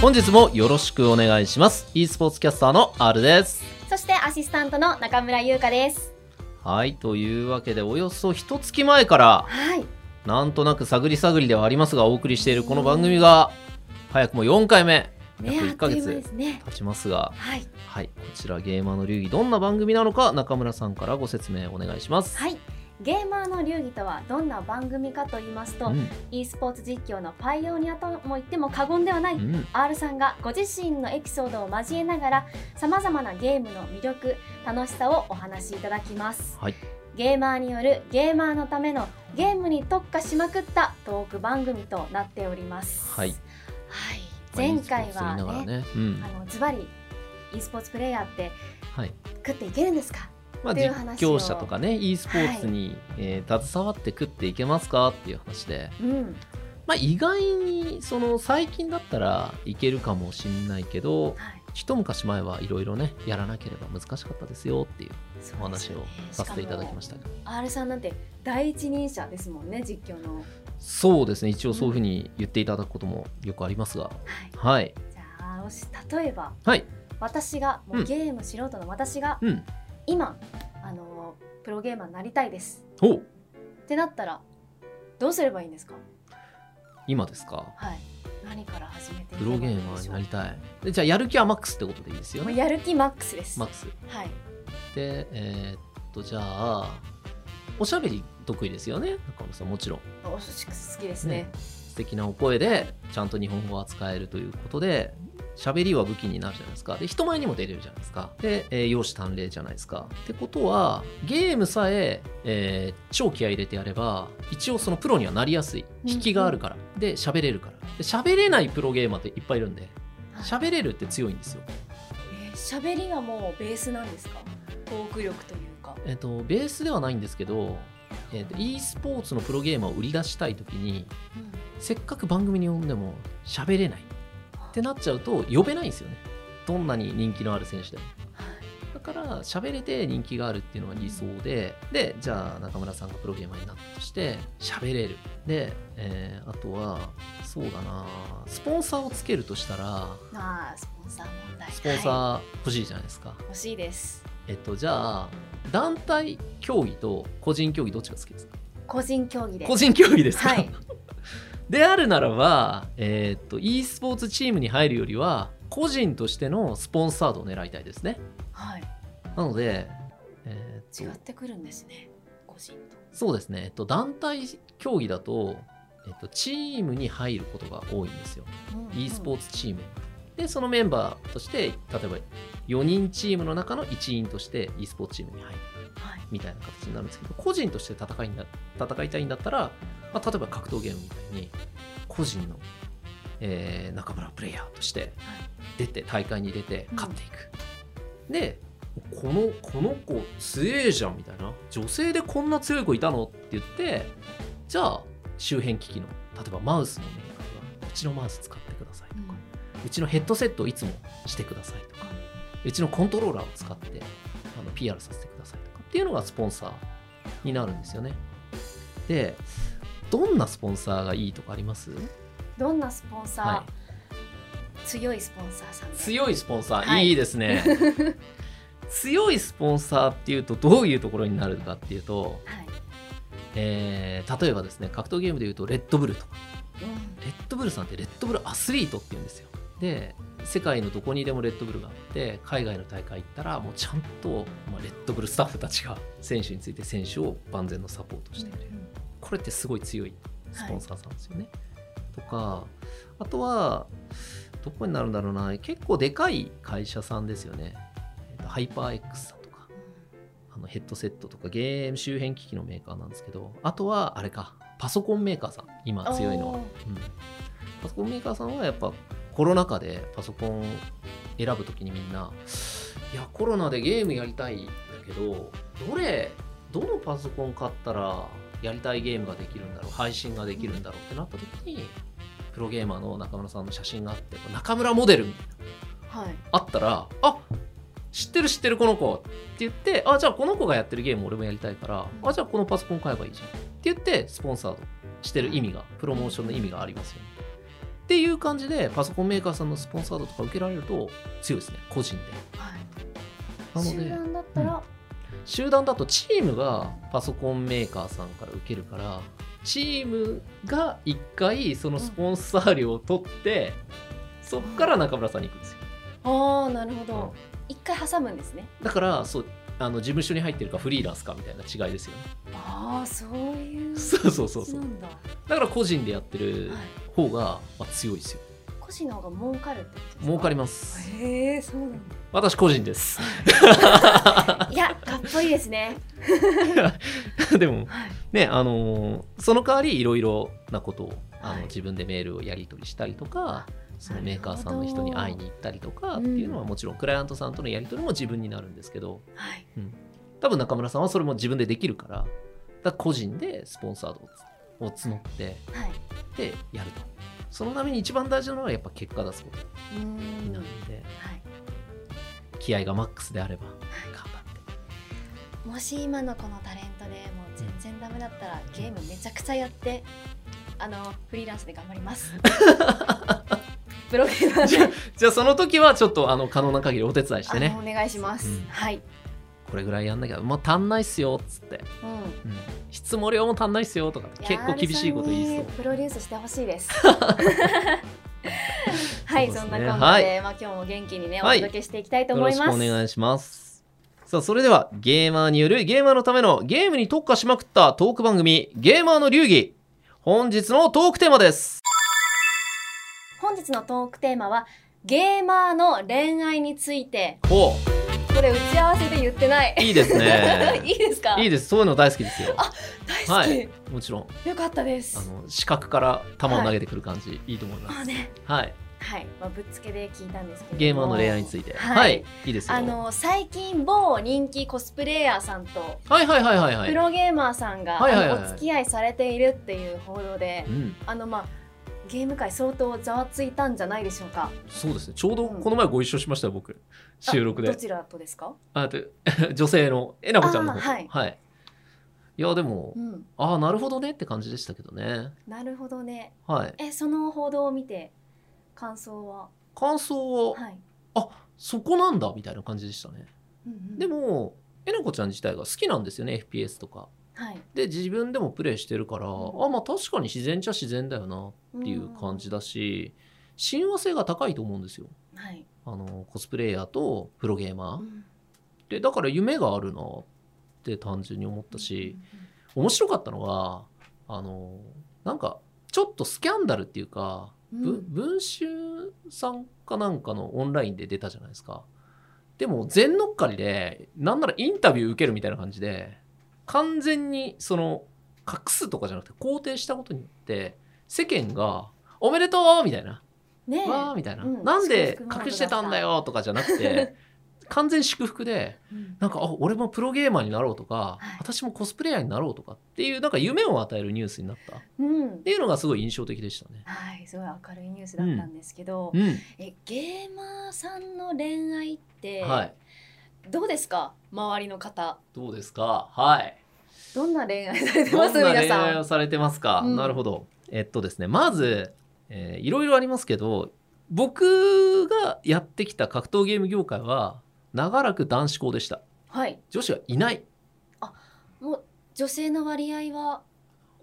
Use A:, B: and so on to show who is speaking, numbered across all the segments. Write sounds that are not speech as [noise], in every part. A: 本日もよろしくお願いします e スポーツキャスターの R です
B: そしてアシスタントの中村優香です。
A: はいというわけでおよそ一月前から
B: はい。
A: なんとなく探り探りではありますがお送りしているこの番組が早くも4回目約
B: ね、あっ
A: 1ヶ
B: という間で
A: 月
B: すね。
A: 経ちますが
B: はい。
A: はいこちらゲーマーの流儀どんな番組なのか中村さんからご説明お願いします、
B: はい。ゲーマーの流儀とはどんな番組かと言いますと、
A: うん
B: e スポーツ実況のパイオニアとも言っても過言ではない、
A: うん
B: R さんがご自身のエピソードを交えながらさまざまなゲームの魅力楽しさをお話しいただきます、
A: はい
B: ゲーマーによるゲーマーのためのゲームに特化しまくったトーク番組となっております
A: はい、
B: はい前回は
A: まあ e スポーツ言いながら
B: ね
A: ねうん
B: あのズバリ e スポーツプレイヤーって
A: はい
B: 食っていけるんですか
A: まあ、
B: っていう
A: 実
B: 話を
A: 況者とかね e スポーツに、えー携わって食っていけますかっていう話で、
B: うん
A: まあ、意外にその最近だったらいけるかもしれないけど
B: はい
A: 一昔前はいろいろねやらなければ難しかったですよっていう
B: そうです
A: お話
B: ね
A: をさせていただきました
B: し
A: けど
B: かも R さんなんて第一人者ですもんね実況の、は
A: そうですね一応そういうふうに言っていただくこともよくありますが
B: い、
A: はい
B: じゃあもし例えば
A: はい
B: 私がもううんゲーム素人の私が
A: うん
B: 今、あのープロゲーマーになりたいです
A: お
B: ってなったらどうすればいいんですか
A: 今ですか
B: はい何から始めていけ
A: プ
B: ばい
A: ロ
B: いん
A: ゲ
B: でしょう
A: ーマーになりたいでじゃあやる気はマックスってことでいいですよ
B: もう
A: ね
B: やる気マックスです、
A: マックス
B: はい
A: でえーっとじゃあおしゃべり得意ですよね中村さんもちろん
B: お好きですね
A: 素敵なお声でちゃんと日本語を扱えるということで喋りは武器になるじゃないですかで人前にも出れるじゃないですかで、えー容姿端麗じゃないですかってことはゲームさええー超気合い入れてやれば一応そのプロにはなりやすい
B: うん
A: 引きがあるから、で喋れるからで喋れないプロゲーマーっていっぱいいるんで
B: はい
A: 喋れるって強いんですよ
B: えー喋りはもうベースなんですかトーク力というか
A: えっとベースではないんですけど、えーと e スポーツのプロゲーマーを売り出したい時にせっかく番組に呼んでも喋れないってなっちゃうと呼べないんですよねどんなに人気のある選手でも
B: はい
A: だから喋れて人気があるっていうのが理想ででじゃあ中村さんがプロゲーマーになったとして喋れるで、えーあとはそうだなスポンサーをつけるとしたら
B: まあスポンサー問題
A: スポンサ
B: は
A: ー欲しいじゃないですか、
B: い欲しいです
A: えっとじゃあ団体競技と個人競技どっちが好きですか
B: 個人競技で
A: 個人競技ですか、
B: はい
A: [laughs] であるならば、えーっと e スポーツチームに入るよりは個人としてのスポンサードを狙いたいですね
B: はい
A: なので、えーっと
B: 違ってくるんですね個人と
A: そうですね、えっと、団体競技だと、えっと、チームに入ることが多いんですよ e スポ
B: ーツ
A: ーツチームでそのメンバーとして例えば4人チームの中の一員として e スポーツチームに入る
B: はい
A: みたいな形になるんですけど個人として戦いんだ戦いたいんだったら、まあ、例えば格闘ゲームみたいに個人の、えー中村プレイヤーとして
B: はい
A: 出て大会に出て
B: うん
A: 勝っていく、でこのこの子強えじゃんみたいな女性でこんな強い子いたのって言ってじゃあ周辺機器の例えばマウスのメーカーがうちのマウス使ってくださいとか、うちのヘッドセットをいつもしてくださいとかうちのコントローラーを使ってあの PR させてくださいとかっていうのがスポンサーになるんですよねでどんなスポンサーがいいとかあります
B: どんなスポンサー、
A: は
B: 強いスポンサーさんで
A: 強いスポンサー、
B: はい
A: い、いです
B: [laughs]
A: ね強いスポンサーっていうとどういうところになるかっていうと、
B: はい、
A: えー例えばですね格闘ゲームでいうとレッドブルとか
B: うん
A: レッドブルさんってレッドブルアスリートっていうんですよで世界のどこにでもレッドブルがあって海外の大会行ったらもうちゃんと、まあ、レッドブルスタッフたちが選手について選手を万全のサポートしてくれる、これってすごい強いスポンサーさんですよね。とかあとはどこになるんだろうな結構でかい会社さんですよね。えっとハイパー X さんとかあのヘッドセットとかゲーム周辺機器のメーカーなんですけどあとはあれかパソコンメーカーさん今強いのは、
B: おー
A: うんパソコンメーカーさんはやっぱコロナ禍でパソコン選ぶときにみんないやコロナでゲームやりたいんだけどどれどのパソコン買ったらやりたいゲームができるんだろう配信ができるんだろうってなったときにプロゲーマーの中村さんの写真があって中村モデルみたいな
B: はい
A: あったら「あ知ってる知ってるこの子」って言って「あじゃあこの子がやってるゲーム俺もやりたいからあじゃあこのパソコン買えばいいじゃん」って言ってスポンサードしてる意味がプロモーションの意味がありますよね。っていう感じでパソコンメーカーさんのスポンサードとか受けられると強いですね個人でなの
B: 集
A: で
B: 団だったら、
A: 集団だとチームがパソコンメーカーさんから受けるからチームが1回そのスポンサー料を取ってそっから中村さんに行くんですよ
B: ああなるほ
A: うん
B: ど一回挟むんですね
A: だからそうあの事務所に入ってるかフリーランスかみたいな違いですよね
B: ああそういう
A: そうそうそうそう
B: なんだ、は
A: だから個人でやって
B: い
A: る、方がまあ強いですよ
B: 個人の方が儲かるってことですか
A: 儲かります
B: へえそうなん
A: 私個人です
B: だいやかっこいいですね
A: [laughs] でも
B: はい
A: ねあのーその代わりいろいろなことをあの、
B: はい
A: 自分でメールをやり取りしたりとかそのメーカーさんの人に会いに行ったりとかっていうのは
B: う
A: もちろんクライアントさんとのやり取りも自分になるんですけど
B: はい
A: 多分中村さんはそれも自分でできるからだから個人でスポンサードを募って
B: はい
A: でやるとそのために一番大事なのはやっぱ結果出すこと
B: うーん
A: になるので、
B: はい
A: 気合がマックスであれば頑張って
B: もし今のこのタレントでもう全然ダメだったらゲームめちゃくちゃやってあのフリーランスで頑張ります
A: [laughs]
B: ブログま
A: じゃあ
B: で
A: じゃあその時はちょっとあの可能な限りお手伝いして
B: あ
A: ね
B: のお願いします、
A: うん
B: はい、
A: これぐらいやんなきゃもう足んないっすよっつって、
B: うん、
A: 質も量も足んないっすよとかって結構厳しいこと言いそう
B: やーあれさんにプロデュースしてほし
A: [laughs]
B: いですはい
A: そうですね
B: そんな感じで、まあ、今日も元気にねお
A: はい
B: 届けしていきたいと
A: よ
B: 思
A: ろ
B: い
A: し
B: ま
A: く
B: す、
A: お願いしますさあそれではゲーマーによるゲーマーのためのゲームに特化しまくったトーク番組「ゲーマーの流儀」本日のトークテーマです
B: 本日のトークテーマはゲーマーの恋愛について
A: お
B: これ打ち合わせで言ってない
A: いいですね
B: [laughs] いいですか
A: いいですそういうの大好きですよ
B: 大好き、
A: はいもちろん
B: よかったです
A: あの視覚から球を投げてくる感じ、い、いと思いま
B: まあ
A: す
B: ね、
A: はい
B: はい、まあ、ぶっつけで聞いたんですけれども
A: ゲーマーの恋愛について
B: は
A: はいい、い、いですよ
B: あの最近某人気コスプレイヤーさんと
A: はいはいはいはいはい
B: プロゲーマーさんが、
A: はいはいはい
B: あのお付き合いされているっていう報道で
A: う、ん
B: あのまあゲーム界相当ざわついたんじゃないでしょうか。
A: そうですねちょうどこの前ご一緒しましたよ僕収録
B: あ
A: で
B: どちらとですか？
A: あで [laughs] 女性のえなこちゃんの方
B: あーはい
A: い、いやでも
B: うん、
A: ああなるほどねって感じでしたけどね
B: なるほどね。
A: はい
B: え、その報道を見て感想は、
A: 感想は
B: はい。
A: そこなんだみたいな感じでしたね
B: うんうん
A: で、もえなこちゃん自体が好きなんですよね FPS とか
B: はい。
A: で自分でもプレイしてるから、
B: うん
A: あまあ確かに自然っちゃ自然だよなっていう感じだし、親和性が高いと思うんですよ
B: うん。はい。
A: あのコスプレイヤーとプロゲーマー、
B: うん
A: でだから夢があるなって単純に思ったし、、面白かったのがあのなんかちょっとスキャンダルっていうか、
B: うんう
A: ぶ
B: ん
A: 文春さんかなんかのオンラインで出たじゃないですかでも全乗っかりでなんならインタビュー受けるみたいな感じで完全にその隠すとかじゃなくて肯定したことによって世間が「おめでとう!」みたいな
B: ねえ、
A: わーみたいな、
B: うん
A: なんで
B: 祝福ムード
A: 隠してたんだよとかじゃなく
B: [laughs]
A: て完全祝福で
B: うん
A: なんかあ俺もプロゲーマーになろうとか、
B: はい
A: 私もコスプレイヤーになろうとかっていうなんか夢を与えるニュースになったっ
B: うん。
A: ていうのがすごい印象的でしたね。
B: はい、すごい明るいニュースだったんですけど、
A: うん
B: え、ゲーマーさんの恋愛って、
A: はい、
B: どうですか？周りの方、
A: どうですか
B: [laughs]
A: はい
B: どんな恋愛されてま
A: どん
B: す？
A: な
B: 皆
A: 恋
B: さ
A: 愛を
B: ん。
A: されてますか、
B: うん
A: なるほどえっとですねまず、えーいろいろありますけど僕がやってきた格闘ゲーム業界は長らく男子校でした
B: はい。
A: 女子はいない
B: もう女性の割合は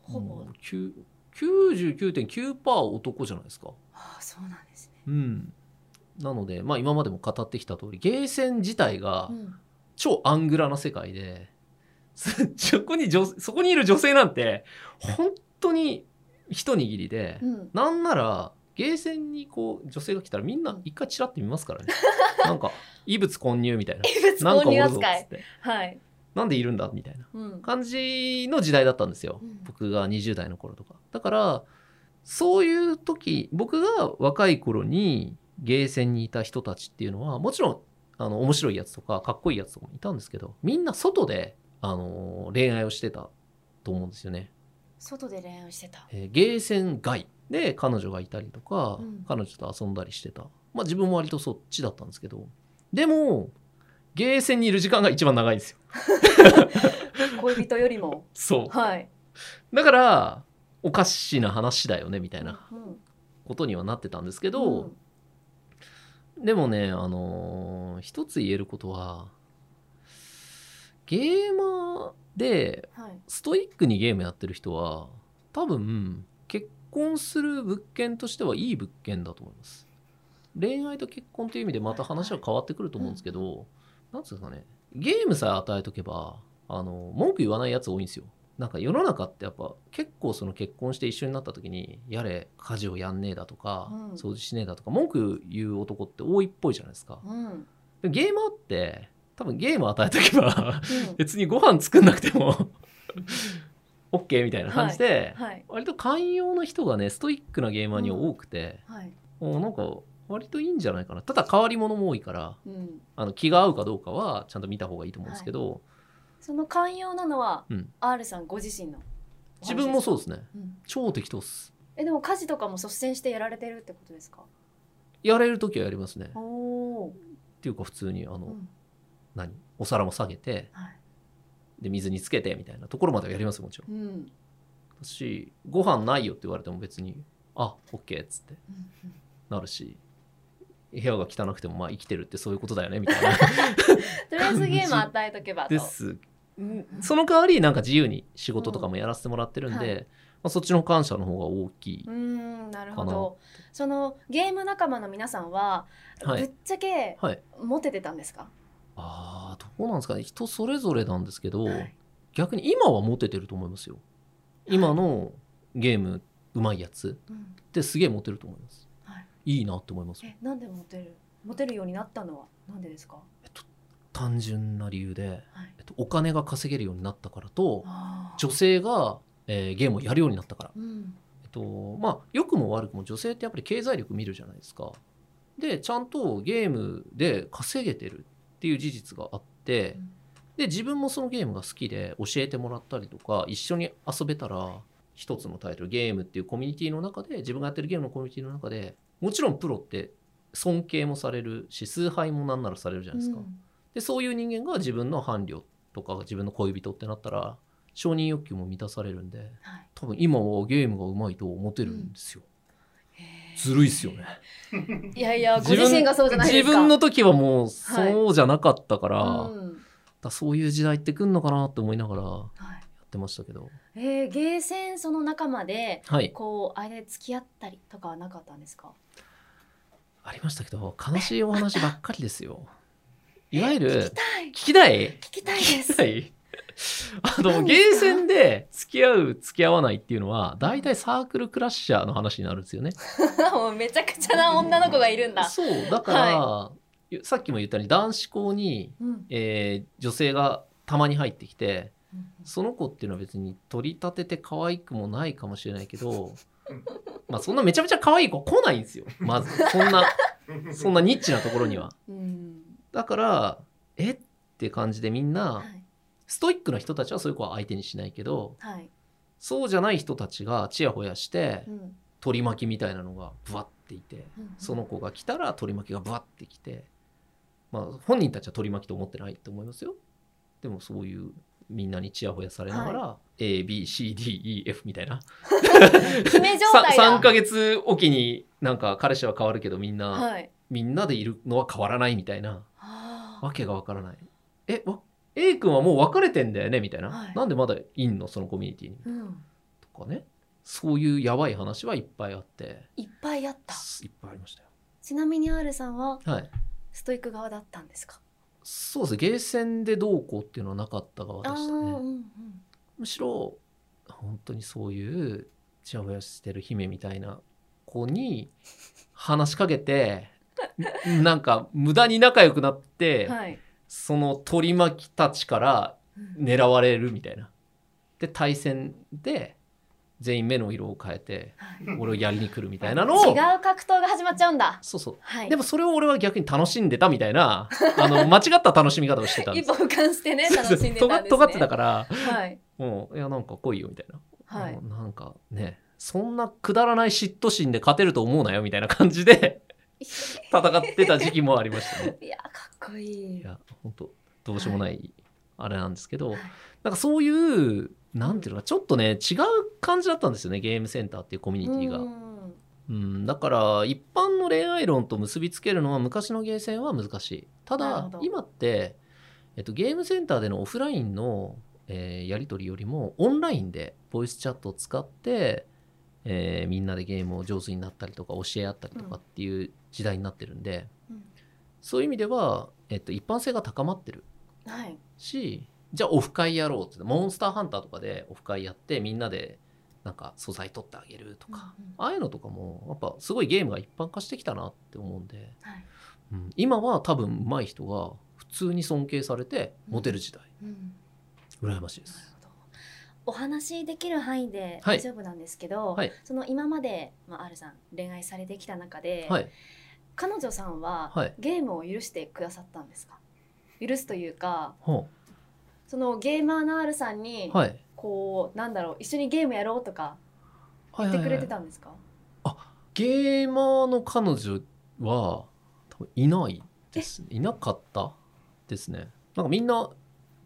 B: ほぼ、
A: もうきゅ99.9%男じゃないですか。
B: ああそうなんですね。
A: うん、なので、まあ、今までも語ってきた通りゲーセン自体が
B: うん、
A: 超アングラな世界で、 [laughs] そこに女そこにいる女性なんて本当に一握りで、
B: うん、
A: [laughs] なんならゲーセンにこう女性が来たらみんな一回チラって見ますからねなんか異物混入みたいな
B: [laughs] 異物
A: なんか
B: 購
A: お
B: 入
A: るぞ
B: 扱
A: っつっ
B: い。
A: て
B: はい。
A: なんでいるんだみたいな
B: うん。
A: 感じの時代だったんですよ、
B: うん
A: 僕が20代の頃とかだからそういう時僕が若い頃にゲーセンにいた人たちっていうのはもちろんあの面白いやつとかかっこいいやつとかもいたんですけどみんな外で、あのー恋愛をしてたと思うんですよね、
B: 外で恋愛をしてた。
A: えーゲーセン外で彼女がいたりとか、
B: うん
A: 彼女と遊んだりしてたまあ自分も割とそっちだったんですけどでもゲーセンにいる時間が一番長いんですよ
B: 恋人より
A: [laughs]
B: も。
A: そう
B: はい。
A: だからおかしな話だよねみたいな
B: うん
A: ことにはなってたんですけど、でもね、あのー一つ言えることはゲーマーで
B: うんはい、
A: ストイックにゲームやってる人は多分結婚する物件としてはいい物件だと思います恋愛と結婚という意味でまた話は変わってくると思うんですけどなんつうんですかねゲームさえ与えとけばあの文句言わないやつ多いんですよなんか世の中ってやっぱ結構その結婚して一緒になった時にやれ家事をやんねえだとか、
B: うん
A: 掃除しねえだとか文句言う男って多いっぽいじゃないですか
B: うんうん
A: でもゲーマーって多分ゲーム与えとけば別にご飯作んなくても [laughs] OK みたいな感じで、
B: はい
A: 割と寛容な人がねストイックなゲーマーには多くて、
B: はい
A: もうなんか割といいんじゃないかなただ変わり者も多いから
B: うん
A: あの気が合うかどうかはちゃんと見た方がいいと思うんですけど、
B: その寛容なのは、
A: うん
B: R さんご自身の
A: 自分もそう
B: う、
A: ですね
B: うん、
A: 超適当っす
B: えでも家事とかも率先してやられてるってことですか
A: やれる時はやりますねっ
B: おお
A: ていうか普通にあの、
B: ー、うん
A: 何お皿も下げて
B: はい
A: で水につけてみたいなところまではやりますよもちろん
B: うんうん
A: だしご飯ないよって言われても別にあ OK っつって
B: うん
A: なるし部屋が汚くてもまあ生きてるってそういうことだよねみたい
B: [laughs]
A: な
B: とりあえずゲーム与えとけばと
A: ですその代わりなんか自由に仕事とかもやらせてもらってるんで、
B: うんは
A: まあ、そっちの感謝の方が大きいう
B: ー、んなるほ
A: か
B: どそのゲーム仲間の皆さんは、
A: はい
B: ぶっちゃけ
A: はい
B: モテてたんですか、
A: あーどうなんですかね人それぞれなんですけど、
B: はい
A: 逆に今はモテてると思いますよ今のゲームうまいやつ
B: うん
A: ってすげえモテると思います、、
B: はい
A: いなって思います
B: えなんでモテるモテるようになったのはなんでですか、
A: 単純な理由で、
B: はい
A: えっと、お金が稼げるようになったからと
B: あー
A: 女性が、えーゲームをやるようになったから
B: うん
A: えっとまあ良くも悪くも女性ってやっぱり経済力見るじゃないですか。でちゃんとゲームで稼げてるっていう事実があって
B: うん
A: で自分もそのゲームが好きで教えてもらったりとか一緒に遊べたら一つのタイトルゲームっていうコミュニティの中で自分がやってるゲームのコミュニティの中でもちろんプロって尊敬もされるし崇拝もなんならされるじゃないですか。
B: うん
A: でそういう人間が自分の伴侶とか自分の恋人ってなったら承認欲求も満たされるんで。
B: はい
A: 多分今はゲームがうまいとモテるんですよ、
B: へー
A: ずるいっすよね
B: いやいやご自身がそうじゃないですか
A: 自分の時はもうそうじゃなかったから,、
B: うん
A: だそういう時代ってくんのかなって思いながらや
B: はい
A: ってましたけど
B: えー、ゲーセンその仲間で
A: はい
B: こうあれ付き合ったりとかはなかったんですか
A: ありましたけど悲しいお話ばっかりです
B: [laughs]
A: よいわゆ
B: 聞
A: る
B: きたい
A: 聞きたい
B: 聞きたいです
A: 聞きたいあの
B: 何
A: ゲ
B: で
A: ー
B: すか
A: センで付き合う付き合わないっていうのは大体サークルクラッシャーの話になるんですよね
B: [laughs] もうめちゃくちゃな女の子がいるんだ。
A: そうだから、さっきも言ったように男子校に
B: うん
A: えー女性がたまに入ってきて
B: うん
A: その子っていうのは別に取り立てて可愛くもないかもしれないけどまあそんなめちゃめちゃ可愛い子来ないんですよまずそんなそんなニッチなところには
B: うん
A: だからえって感じでみん
B: は
A: ないストイックな人たちはそういう子は相手にしないけど
B: はい
A: そうじゃない人たちがチヤホヤして
B: うん
A: 取り巻きみたいなのがブワッていて
B: うん
A: その子が来たら取り巻きがブワッてきて、まあ、本人たちは取り巻きと思ってないと思いますよでもそういうみんなにチヤホヤされながら、ABCDEF みたいな
B: 姫状態だ。
A: 3ヶ月おきになんか彼氏は変わるけどみんな、
B: はい。
A: みんなでいるのは変わらないみたいな
B: あ
A: わけがわからないえわ A 君はもう別れてんだよねみたいな、
B: はい
A: なんでまだいんのそのコミュニティに
B: ーうん
A: とかねそういうやばい話はいっぱいあって
B: いっぱいあった。
A: いっぱいありましたよ
B: ちなみに R さんは
A: はい
B: ストイック側だったんですか。
A: そうですねゲーセンでどうこうっていうのはなかった側で
B: ああ
A: し
B: ー
A: た
B: うん
A: ね
B: うん。
A: むしろ本当にそういうちやほやしてる姫みたいな子に話しかけ
B: [laughs]
A: てんなんか無駄に仲良くなって、
B: はい。
A: その取り巻きたちから
B: うん
A: 狙われるみたいなで対戦で全員目の色を変えて
B: はい
A: 俺をやりに来るみたいなの
B: 違
A: を
B: う格闘が始まっちゃうんだ。
A: そうそう
B: はい。
A: でもそれを俺は逆に楽しんでたみたいなあの間違った楽しみ方をしてたんで
B: 一
A: す
B: 歩俯瞰し
A: [laughs]
B: てね楽しんでた
A: と
B: んです
A: が
B: ね。
A: 尖ってたから
B: はい
A: もういやなんか来いよみたいな、
B: はい
A: も。うなんかねそんなくだらない嫉妬心で勝てると思うなよみたいな感じ
B: [laughs]
A: で戦ってた時期もありましたね
B: いやかっこい
A: い
B: い。
A: や本当どうしようもないあれなんですけど、
B: はい
A: なんかそういうなんていうのかちょっとね違う感じだったんですよねゲームセンターっていうコミュニティが、
B: うん
A: うん、だから一般の恋愛論と結びつけるのは昔のゲーセンは難しいた
B: なる
A: だ
B: ほど
A: 今って、えっと、ゲームセンターでのオフラインの、えーやり取りよりもオンラインでボイスチャットを使って、えーみんなでゲームを上手になったりとか教え合ったりとかっていう時代になってるんで、
B: うん
A: そういう意味では、えっと、一般性が高まってる
B: はい
A: しじゃあオフ会やろうって言ってモンスターハンターとかでオフ会やってみんなでなんか素材取ってあげるとか。
B: うんうん
A: ああいうのとかもやっぱすごいゲームが一般化してきたなって思うんで、
B: はい
A: うん今は多分上手い人が普通に尊敬されてモテる時代、
B: うん
A: 羨ましいで
B: なる
A: す。
B: ほどお話しできる範囲で
A: はい
B: 大丈夫なんですけど、
A: はい
B: その今まで、まあ、R さん恋愛されてきた中で、
A: はい、
B: 彼女さんは、
A: はい
B: ゲームを許してくださったんですか許すというか
A: ほ
B: そのゲーマーの R さんに、
A: うはい、
B: こうなんだろう一緒にゲームやろうとか
A: はいは
B: 言っ
A: い
B: て
A: はい
B: くれてたんですか、
A: ゲーマーの彼女は多分いないですねいなかったですねなんかみんな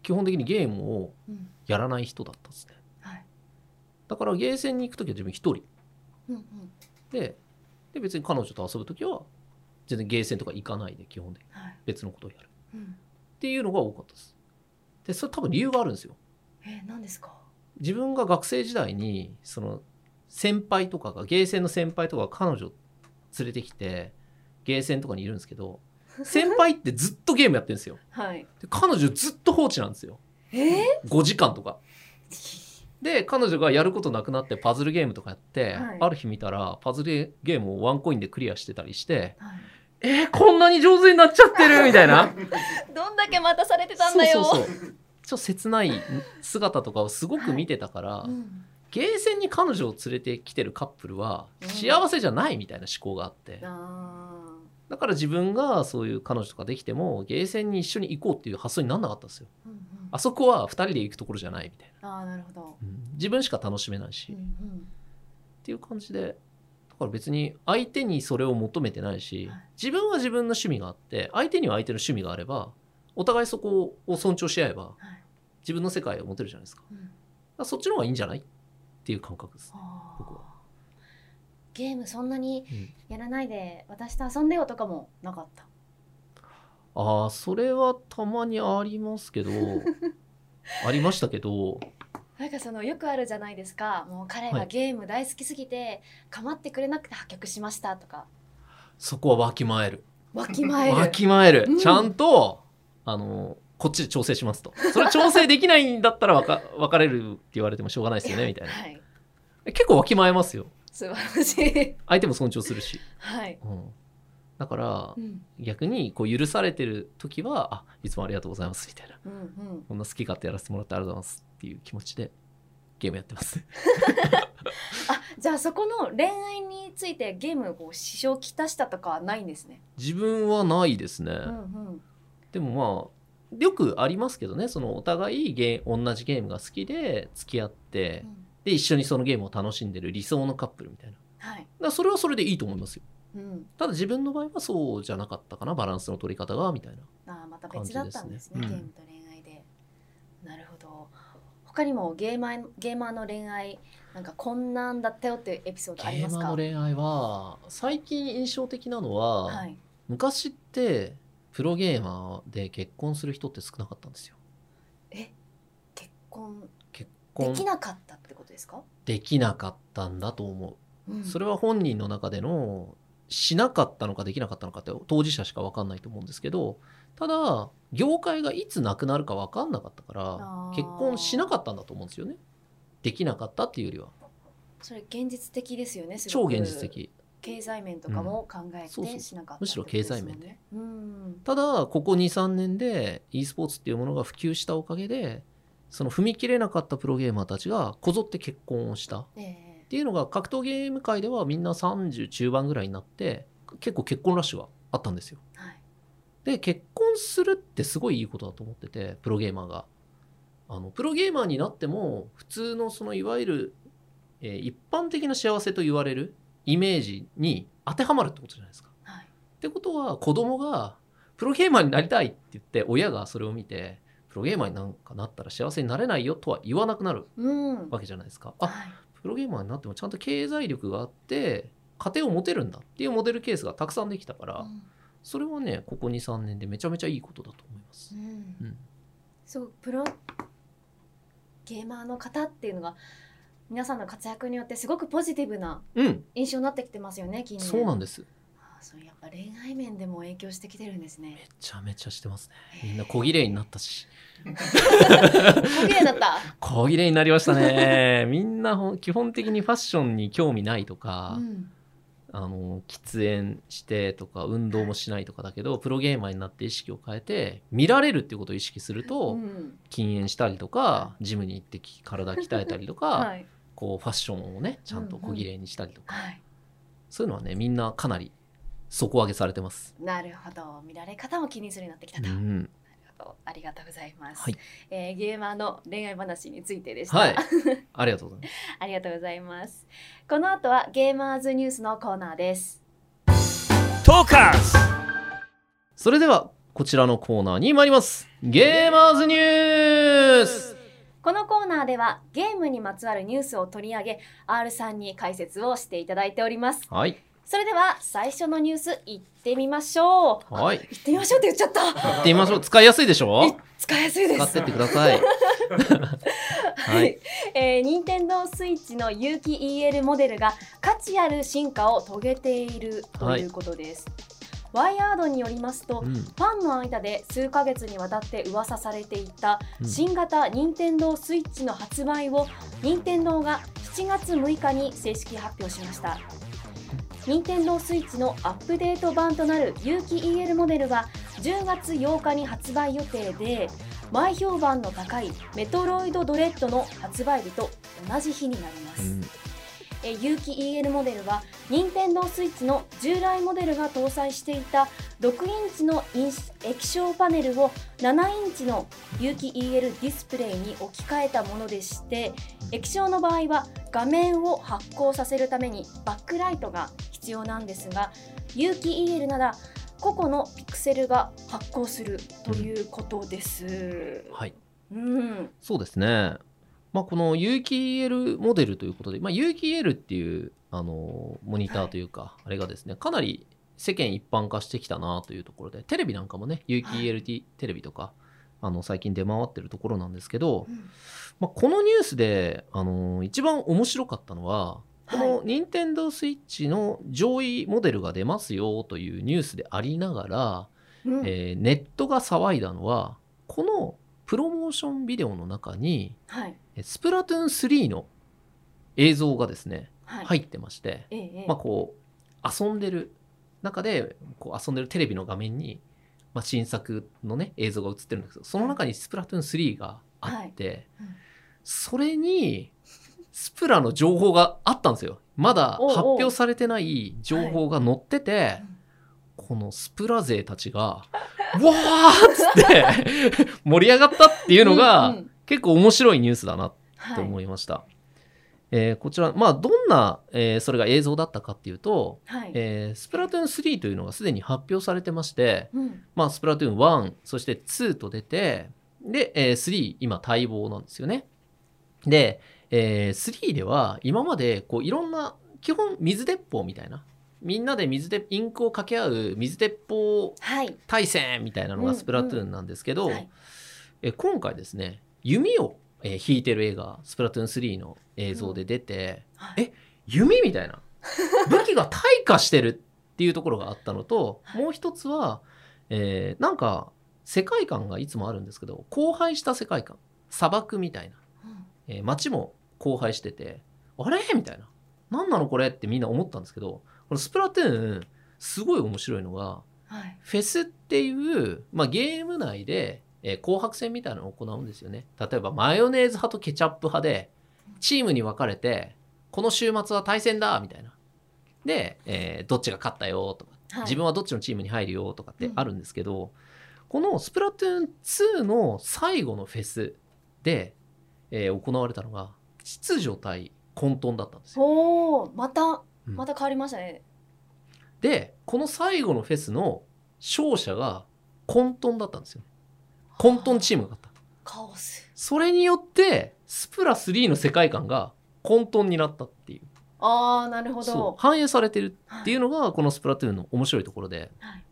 A: 基本的にゲームを
B: うん
A: やらない人だったですね
B: はい
A: だからゲーセンに行く時は自分一人
B: うんうん
A: でで別に彼女と遊ぶ時は全然ゲーセンとか行かないで基本で
B: はい
A: 別のことをやる
B: うん
A: っていうのが多かったです。でそれ多分理由があるんですよ。
B: えー、何ですか
A: 自分が学生時代にその先輩とかがゲーセンの先輩とかが彼女連れてきてゲーセンとかにいるんですけど先輩ってずっとゲームやってるんですよ。
B: はい
A: で彼女ずっと放置なんですよ
B: え
A: 5時間とか。
B: ー、
A: で彼女がやることなくなってパズルゲームとかやって、
B: はい
A: ある日見たらパズルゲームをワンコインでクリアしてたりして
B: はい
A: 「えー、こんなに上手になっちゃってる!」みたいな。
B: どんだけ待たされてたんだよ
A: [laughs] そうそうそうちょっと切ない姿とかをすごく見てたから、
B: うん
A: ゲーセンに彼女を連れてきてるカップルは
B: うん
A: 幸せじゃないみたいな思考があって、
B: あ
A: だから自分がそういう彼女とかできてもゲーセンに一緒に行こうっていう発想になんなかったんですよ
B: ー、うんうん、
A: あそこは2人で行くところじゃないみたい
B: あーなるほど、
A: な、うん自分しか楽しめないし、
B: うん
A: っ
B: うん、
A: ていう感じでだから別に相手にそれを求めてないし、
B: はい
A: 自分は自分の趣味があって相手には相手の趣味があればお互いそこを尊重し合えば
B: はい、
A: 自分の世界を持てるじゃないですか
B: うん、
A: だからそっちの方がいいんじゃないっていう感覚です、
B: あー
A: 僕は
B: ゲームそんなに
A: うん
B: やらないで私と遊んでよとかもなかった
A: ああそれはたまにあります [laughs] けどありましたけど
B: なんかそのよくあるじゃないですかもう彼
A: は
B: が
A: い
B: ゲーム大好きすぎて構ってくれなくて破局しましたとか
A: そこはわきまえる
B: わきまえる
A: わきまえる、
B: うん
A: ちゃんとあのこっちで調整しますとそれ調整できないんだったらわか別れるって言われてもしょうがないですよ [laughs] ねみたいな
B: はい
A: 結構わきまえますよ
B: 素晴らしい
A: 相手も尊重するし、
B: はい、
A: うん、だから
B: うん、
A: 逆にこう許されてる時はあいつもありがとうございますみたいな
B: うんうん
A: こんな好き勝手やらせてもらってありがとうございますっていう気持ちでゲームやって [laughs] ます
B: あじゃあそこの恋愛についてゲームをこう支障をきたしたとかはないんですね
A: 自分はないですね、
B: うんうん
A: でもまあよくありますけどねそのお互いゲー同じゲームが好きで付き合って
B: うん
A: で一緒にそのゲームを楽しんでる理想のカップルみたいなだか
B: はい
A: らそれはそれでいいと思いますよ
B: うん
A: ただ自分の場合はそうじゃなかったかなバランスの取り方がみたいな
B: あーまた別だったんですね
A: 感じですねうん
B: ゲームと恋愛で、なるほど他にもゲーマーゲーマーの恋愛なんかこんなんだったよっていうエピソードあり
A: ゲー
B: ます
A: マー
B: か
A: の恋愛は最近印象的なのは、
B: はい
A: 昔ってプロゲーマーで結婚する人って少なかったんですよ
B: え結婚
A: 結
B: で
A: 婚
B: きなかったってことですか、
A: できなかったんだと思う
B: うん、
A: それは本人の中でのしなかったのかできなかったのかって当事者しか分かんないと思うんですけどただ業界がいつなくなるか分かんなかったから
B: あー
A: 結婚しなかったんだと思うんですよねできなかったっていうよりは
B: それ現実的ですよねす
A: 超
B: ごく
A: 現実的
B: 経済面とかも考え
A: そうそう
B: てしなかった
A: むしろ経済面
B: で、うん、
A: ただここ23年で e スポーツっていうものが普及したおかげでその踏み切れなかったプロゲーマーたちがこぞって結婚をしたっ
B: え
A: ていうのが格闘ゲーム界ではみんな30中盤ぐらいになって結構結婚ラッシュがあったんですよ
B: えはい
A: で結婚するってすごいいいことだと思っててプロゲーマーがあのプロゲーマーになっても普通のそのいわゆる、えー一般的な幸せと言われるイメージに当てはまるってことじゃないですか。
B: はい
A: ってことは子供がプロゲーマーになりたいって言って親がそれを見てプロゲーマーになんかなったら幸せになれないよとは言わなくなる
B: うん
A: わけじゃないですか。あ
B: はい
A: プロゲーマーになってもちゃんと経済力があって家庭を持てるんだっていうモデルケースがたくさんできたから、
B: うん
A: それはねここ23年でめちゃめちゃいいことだと思います
B: う。ん
A: うん
B: そうプロゲーマーの方っていうのが皆さんの活躍によってすごくポジティブな
A: うん、
B: 印象になってきてますよね近年
A: そうなんんです
B: そうやっぱ恋愛面でも影響してきてるんですね
A: めちゃめちゃしてますねみんな
B: [laughs]
A: 小切れになったし
B: 小綺麗だった
A: 小切れになりましたねみんなほん基本的にファッションに興味ないとか、
B: うん
A: あの喫煙してとか運動もしないとかだけどプロゲーマーになって意識を変えて見られるっていうことを意識すると、
B: うん
A: 禁煙したりとかジムに行ってき体鍛えたりとか、
B: はい
A: こうファッションをねちゃんと小綺麗にしたりとか、
B: はい
A: そういうのはねみんなかなり底上げされてます。
B: なるほど見られ方も気にするようになってきた
A: う
B: と、
A: ん、
B: ありがとうございます、
A: はい
B: えーゲーマーの恋愛話についてでした、
A: はいありがとうございます。
B: ありがとうございますこの後はゲーマーズニュースのコーナーです
C: トーカーズ
A: それではこちらのコーナーに参ります。ゲーマーズニュース
B: このコーナーではゲームにまつわるニュースを取り上げ R さんに解説をしていただいております
A: はい
B: それでは最初のニュースいってみましょう
A: はい
B: 行ってみましょうって言っちゃった
A: 行ってみましょう使いやすいでしょ
B: 使いやすいで
A: 使っ
B: す
A: てってください。はい、
B: えー、任天堂スイッチの有機 EL モデルが価値ある進化を遂げているということです、ワイヤードによりますと、
A: うん
B: ファンの間で数ヶ月にわたって噂されていた
A: うん
B: 新型任天堂スイッチの発売を任天堂が7月6日に正式発表しました任天堂スイッチのアップデート版となる有機 EL モデルは10月8日に発売予定で前評判の高いメトロイドドレッドの発売日と同じ日になります、
A: うん
B: え有機 EL モデルは任天堂スイッチの従来モデルが搭載していた6インチのイン液晶パネルを7インチの有機 EL ディスプレイに置き換えたものでして液晶の場合は画面を発光させるためにバックライトが必要なんですが有機 EL なら個々のピクセルが発光するということです。
A: はい、
B: うん、
A: そうですね。まあ、この有機 EL モデルということで、まあ、有機 EL っていうあのモニターというか、あれがですねかなり世間一般化してきたなというところでテレビなんかもね有機
B: はい
A: EL テレビとかあの最近出回ってるところなんですけど
B: う、ん
A: まあ、このニュースであの一番面白かったのはこ
B: はい
A: の任天堂スイッチの上位モデルが出ますよというニュースでありながら、
B: うん
A: えーネットが騒いだのはこのプロモーションビデオの中に
B: はい
A: えスプラトゥーン3の映像がですね
B: はい、
A: 入ってまして、
B: ええええ
A: まあ、こう遊んでる中でこう遊んでるテレビの画面に、まあ、新作のね映像が映ってるんですけどその中にスプラトゥーン3があって、
B: うん
A: それにスプラの情報があったんですよまだ
B: おうおう
A: 発表されてない情報が載ってて、
B: うん
A: このスプラ勢たちが「わー!」っつって盛り上がったっていうのが、
B: うんうん
A: 結構面白いニュースだなって
B: はい
A: 思いました。えーこちら、まあ、どんな、えーそれが映像だったかっていうと、
B: はい
A: えースプラトゥーン3というのがすでに発表されてまして、
B: うん
A: まあ、スプラトゥーン1、そして2と出て、で、えー3、今待望なんですよね。で、えー3では今までこういろんな、基本水鉄砲みたいな、みんなで水でインクを掛け合う水鉄砲
B: はい
A: 対戦みたいなのがスプラトゥーンなんですけど、
B: はい
A: え今回ですね弓を、えー弾いてる映画「スプラトゥーン3」の映像で出て、
B: はい
A: え弓みたいな武器が退化してるっていうところがあったのと、
B: はい
A: もう一つは、えーなんか世界観がいつもあるんですけど荒廃した世界観砂漠みたいな、
B: うん
A: えー街も荒廃しててあれみたいな何なのこれってみんな思ったんですけどこのスプラトゥーンすごい面白いのが
B: はい
A: フェスっていう、まあ、ゲーム内で、えー紅白戦みたいなのを行うんですよね。例えばマヨネーズ派とケチャップ派でチームに分かれてこの週末は対戦だみたいな。で、えーどっちが勝ったよとか
B: はい
A: 自分はどっちのチームに入るよとかってあるんですけど、このスプラトゥーン2の最後のフェスで、えー行われたのが秩序対混沌だったんですよ。
B: おーまた
A: うん
B: また変わりましたね、
A: でこの最後のフェスの勝者が混沌だったんですよ混沌チームが勝った
B: カオス
A: それによってスプラ3の世界観が混沌になったっていう
B: ああなるほ
A: そ
B: ど
A: う反映されてるっていうのがこのスプラトゥーンの面白いところで、
B: はい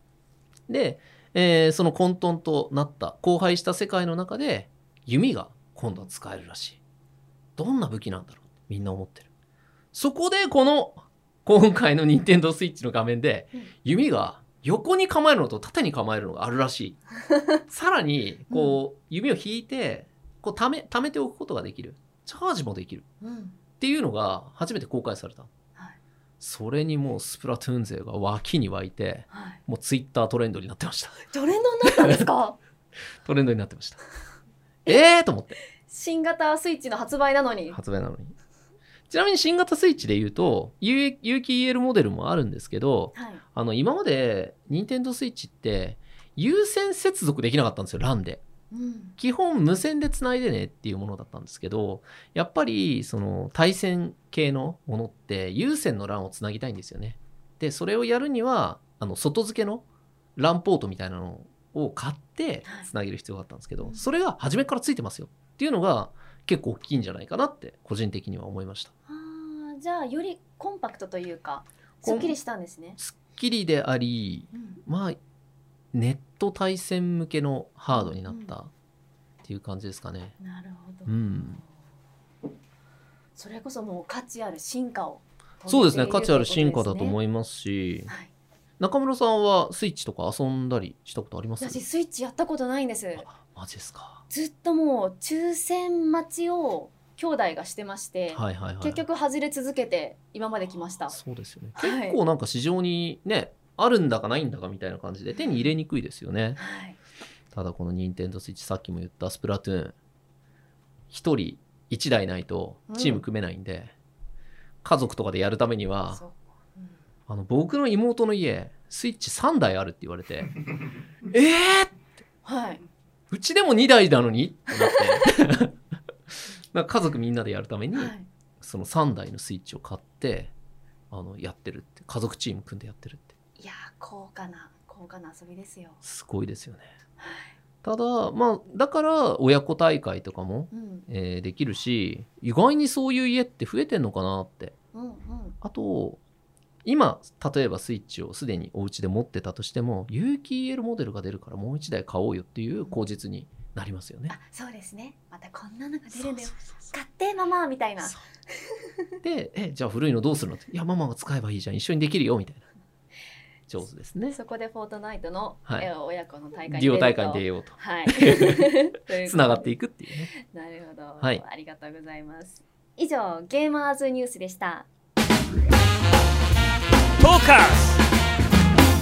A: で、えーその混沌となった荒廃した世界の中で弓が今度は使えるらしいどんな武器なんだろうみんな思ってるそこでこの今回の任天堂スイッチの画面で
B: うん
A: 弓が横に構えるのと縦に構えるのがあるらしいさらにこう弓を引いてこうためためておくことができるチャージもできる
B: うん
A: っていうのが初めて公開された、
B: はい
A: それにもうスプラトゥーン勢が脇に湧いて
B: はい
A: もうツイッタートレンドになってました
B: [laughs] トレンドになったんで
A: [laughs]
B: すか
A: トレンドになって
B: [laughs]
A: ましたえーと思って
B: 新型スイッチの発売なのに
A: 発売なのにちなみに新型スイッチで言うと有有機 EL モデルもあるんですけど
B: はい
A: あの今まで任天堂スイッチって有線接続できなかったんですよ LAN で
B: うん
A: 基本無線でつないでねっていうものだったんですけどやっぱりその対戦系のものって有線の LAN をつなぎたいんですよねでそれをやるにはあの外付けの LAN ポートみたいなのを買って
B: はい
A: つなげる必要があったんですけど、
B: うん
A: それが初めからついてますよっていうのが結構大きいんじゃないかなって個人的には思いました
B: あーじゃあよりコンパクトというか
A: コ
B: す
A: ン
B: っきりしたんですね、
A: スッキリであり
B: うん
A: まあネット対戦向けのハードになったっていう感じですかね
B: なるほど、
A: うん
B: それこそもう価値ある進化を
A: そうですね価値ある進化だと
B: い
A: 思いますし
B: ますはい、
A: 中村さんはスイッチとか遊んだりしたことあります
B: 私スイッチやったことないんです
A: あマジですか
B: ずっともう抽選待ちを兄弟がしてまして、
A: はいはいはい
B: 結局外れ続けて今まで来ました
A: そうですよね
B: はい
A: 結構なんか市場にねあるんだかないんだかみたいな感じで手に入れにくいですよね
B: はい
A: ただこの任天堂スイッチさっきも言ったスプラトゥーン一人一台ないとチーム組めないんで、家族とかでやるためには
B: そううん
A: あの僕の妹の家スイッチ3台あるって言われ
B: [laughs]
A: てえー
B: はい、
A: うちでも2台なの
B: [laughs]
A: にってなって。 [laughs] なんか家族みんなでやるために、
B: はい、
A: その3台のスイッチを買ってあのやってるって家族チーム組んでやってるって
B: いやー高価な高価な遊びですよ
A: すごいですよね
B: はい
A: ただまあだから親子大会とかも、
B: うん
A: えーできるし意外にそういう家って増えてんのかなって
B: うんうん
A: あと今例えばスイッチをすでにお家で持ってたとしても有機 EL モデルが出るからもう1台買おうよっていう口実になりますよね
B: あそうですねまたこんなのが出るんだよ
A: そうそうそうそう
B: 買ってママみたいな
A: そうでえじゃあ古いのどうするのっていやママが使えばいいじゃん一緒にできるよみたいな上手ですね
B: そこでフォートナイトの、
A: はい
B: えー親子の大
A: デ
B: 会
A: ュオ大会に出
B: 出る
A: ようと
B: と
A: [laughs]
B: はい
A: つなが
B: て
A: っていくっていうね
B: なるほど、
A: はい
B: ありがとうございます以上ゲーマーズニュースでした
C: トーカース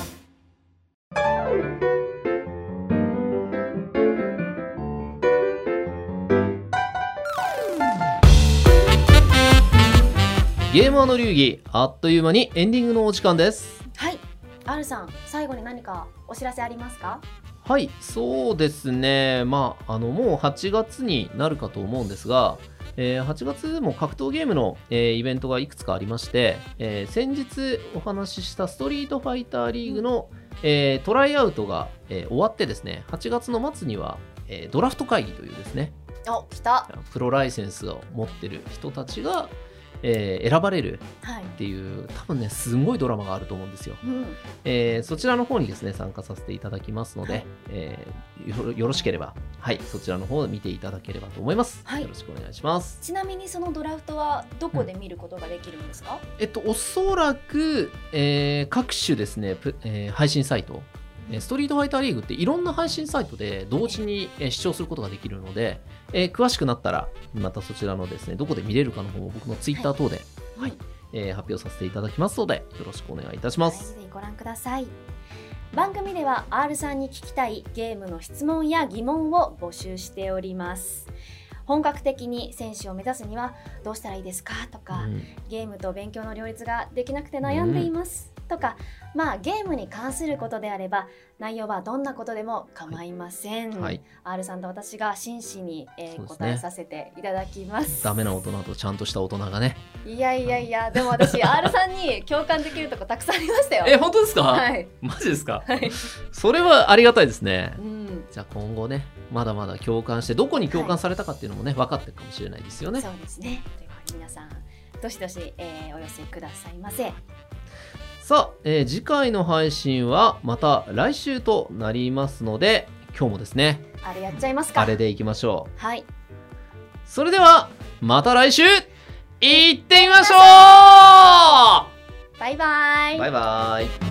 A: ゲーマーの流儀あっという間にエンディングのお時間です
B: はい R さん最後に何かお知らせありますか
A: はいそうですねまああのもう8月になるかと思うんですがえー8月も格闘ゲームの、えーイベントがいくつかありまして、えー先日お話ししたストリートファイターリーグの、えートライアウトが、えー終わってですね8月の末には、えードラフト会議というですね
B: お来た
A: プロライセンスを持ってる人たちが、えー選ばれる
B: はい
A: っていう多分ねすんごいドラマがあると思うんですよ、
B: うん
A: えーそちらの方にですね参加させていただきますので、
B: はい
A: えーよろよろしければはいそちらの方を見ていただければと思います、
B: はい
A: よろしくお願いします
B: ちなみにそのドラフトはどこで見ることができるんですか、
A: えっと、おそらく、えー各種ですね、プえー配信サイト、えーストリートファイターリーグっていろんな配信サイトで同時に、えー視聴することができるので、えー詳しくなったら、またそちらのですね、どこで見れるかの方も僕のツイッター等で、はいえー発表させていただきますので、よろしくお願いいたしま
B: はい、
A: す。
B: ぜひご覧ください番組では R さんに聞きたいゲームの質問や疑問を募集しております本格的に選手を目指すにはどうしたらいいですかとか、
A: うん
B: ゲームと勉強の両立ができなくて悩んでいます、とかまあゲームに関することであれば内容はどんなことでも構いません、
A: はい、
B: R さんと私が真摯に、え
A: そうで
B: ー
A: すね
B: 答えさせていただきます
A: ダメな大人とちゃんとした大人がね。
B: いやいやいやでも
A: [laughs]
B: 私 R さんに共感できるとこたくさんありましたよ
A: え、本当ですか、
B: はい
A: マジですか、
B: はい
A: それはありがたいですね。
B: うん
A: じゃあ今後ね、まだまだ共感して、どこに共感されたかっていうのもね、分かってるかもしれないですよね。
B: そうですねというこ皆さんどしどし、えーお寄せくださいませ
A: さあ、えー次回の配信はまた来週となりますので今日もですね
B: あれやっちゃいますか
A: あれでいきましょ
B: はいう
A: それではまた来週行ってみましょ
B: バイバイ
A: うバイバイ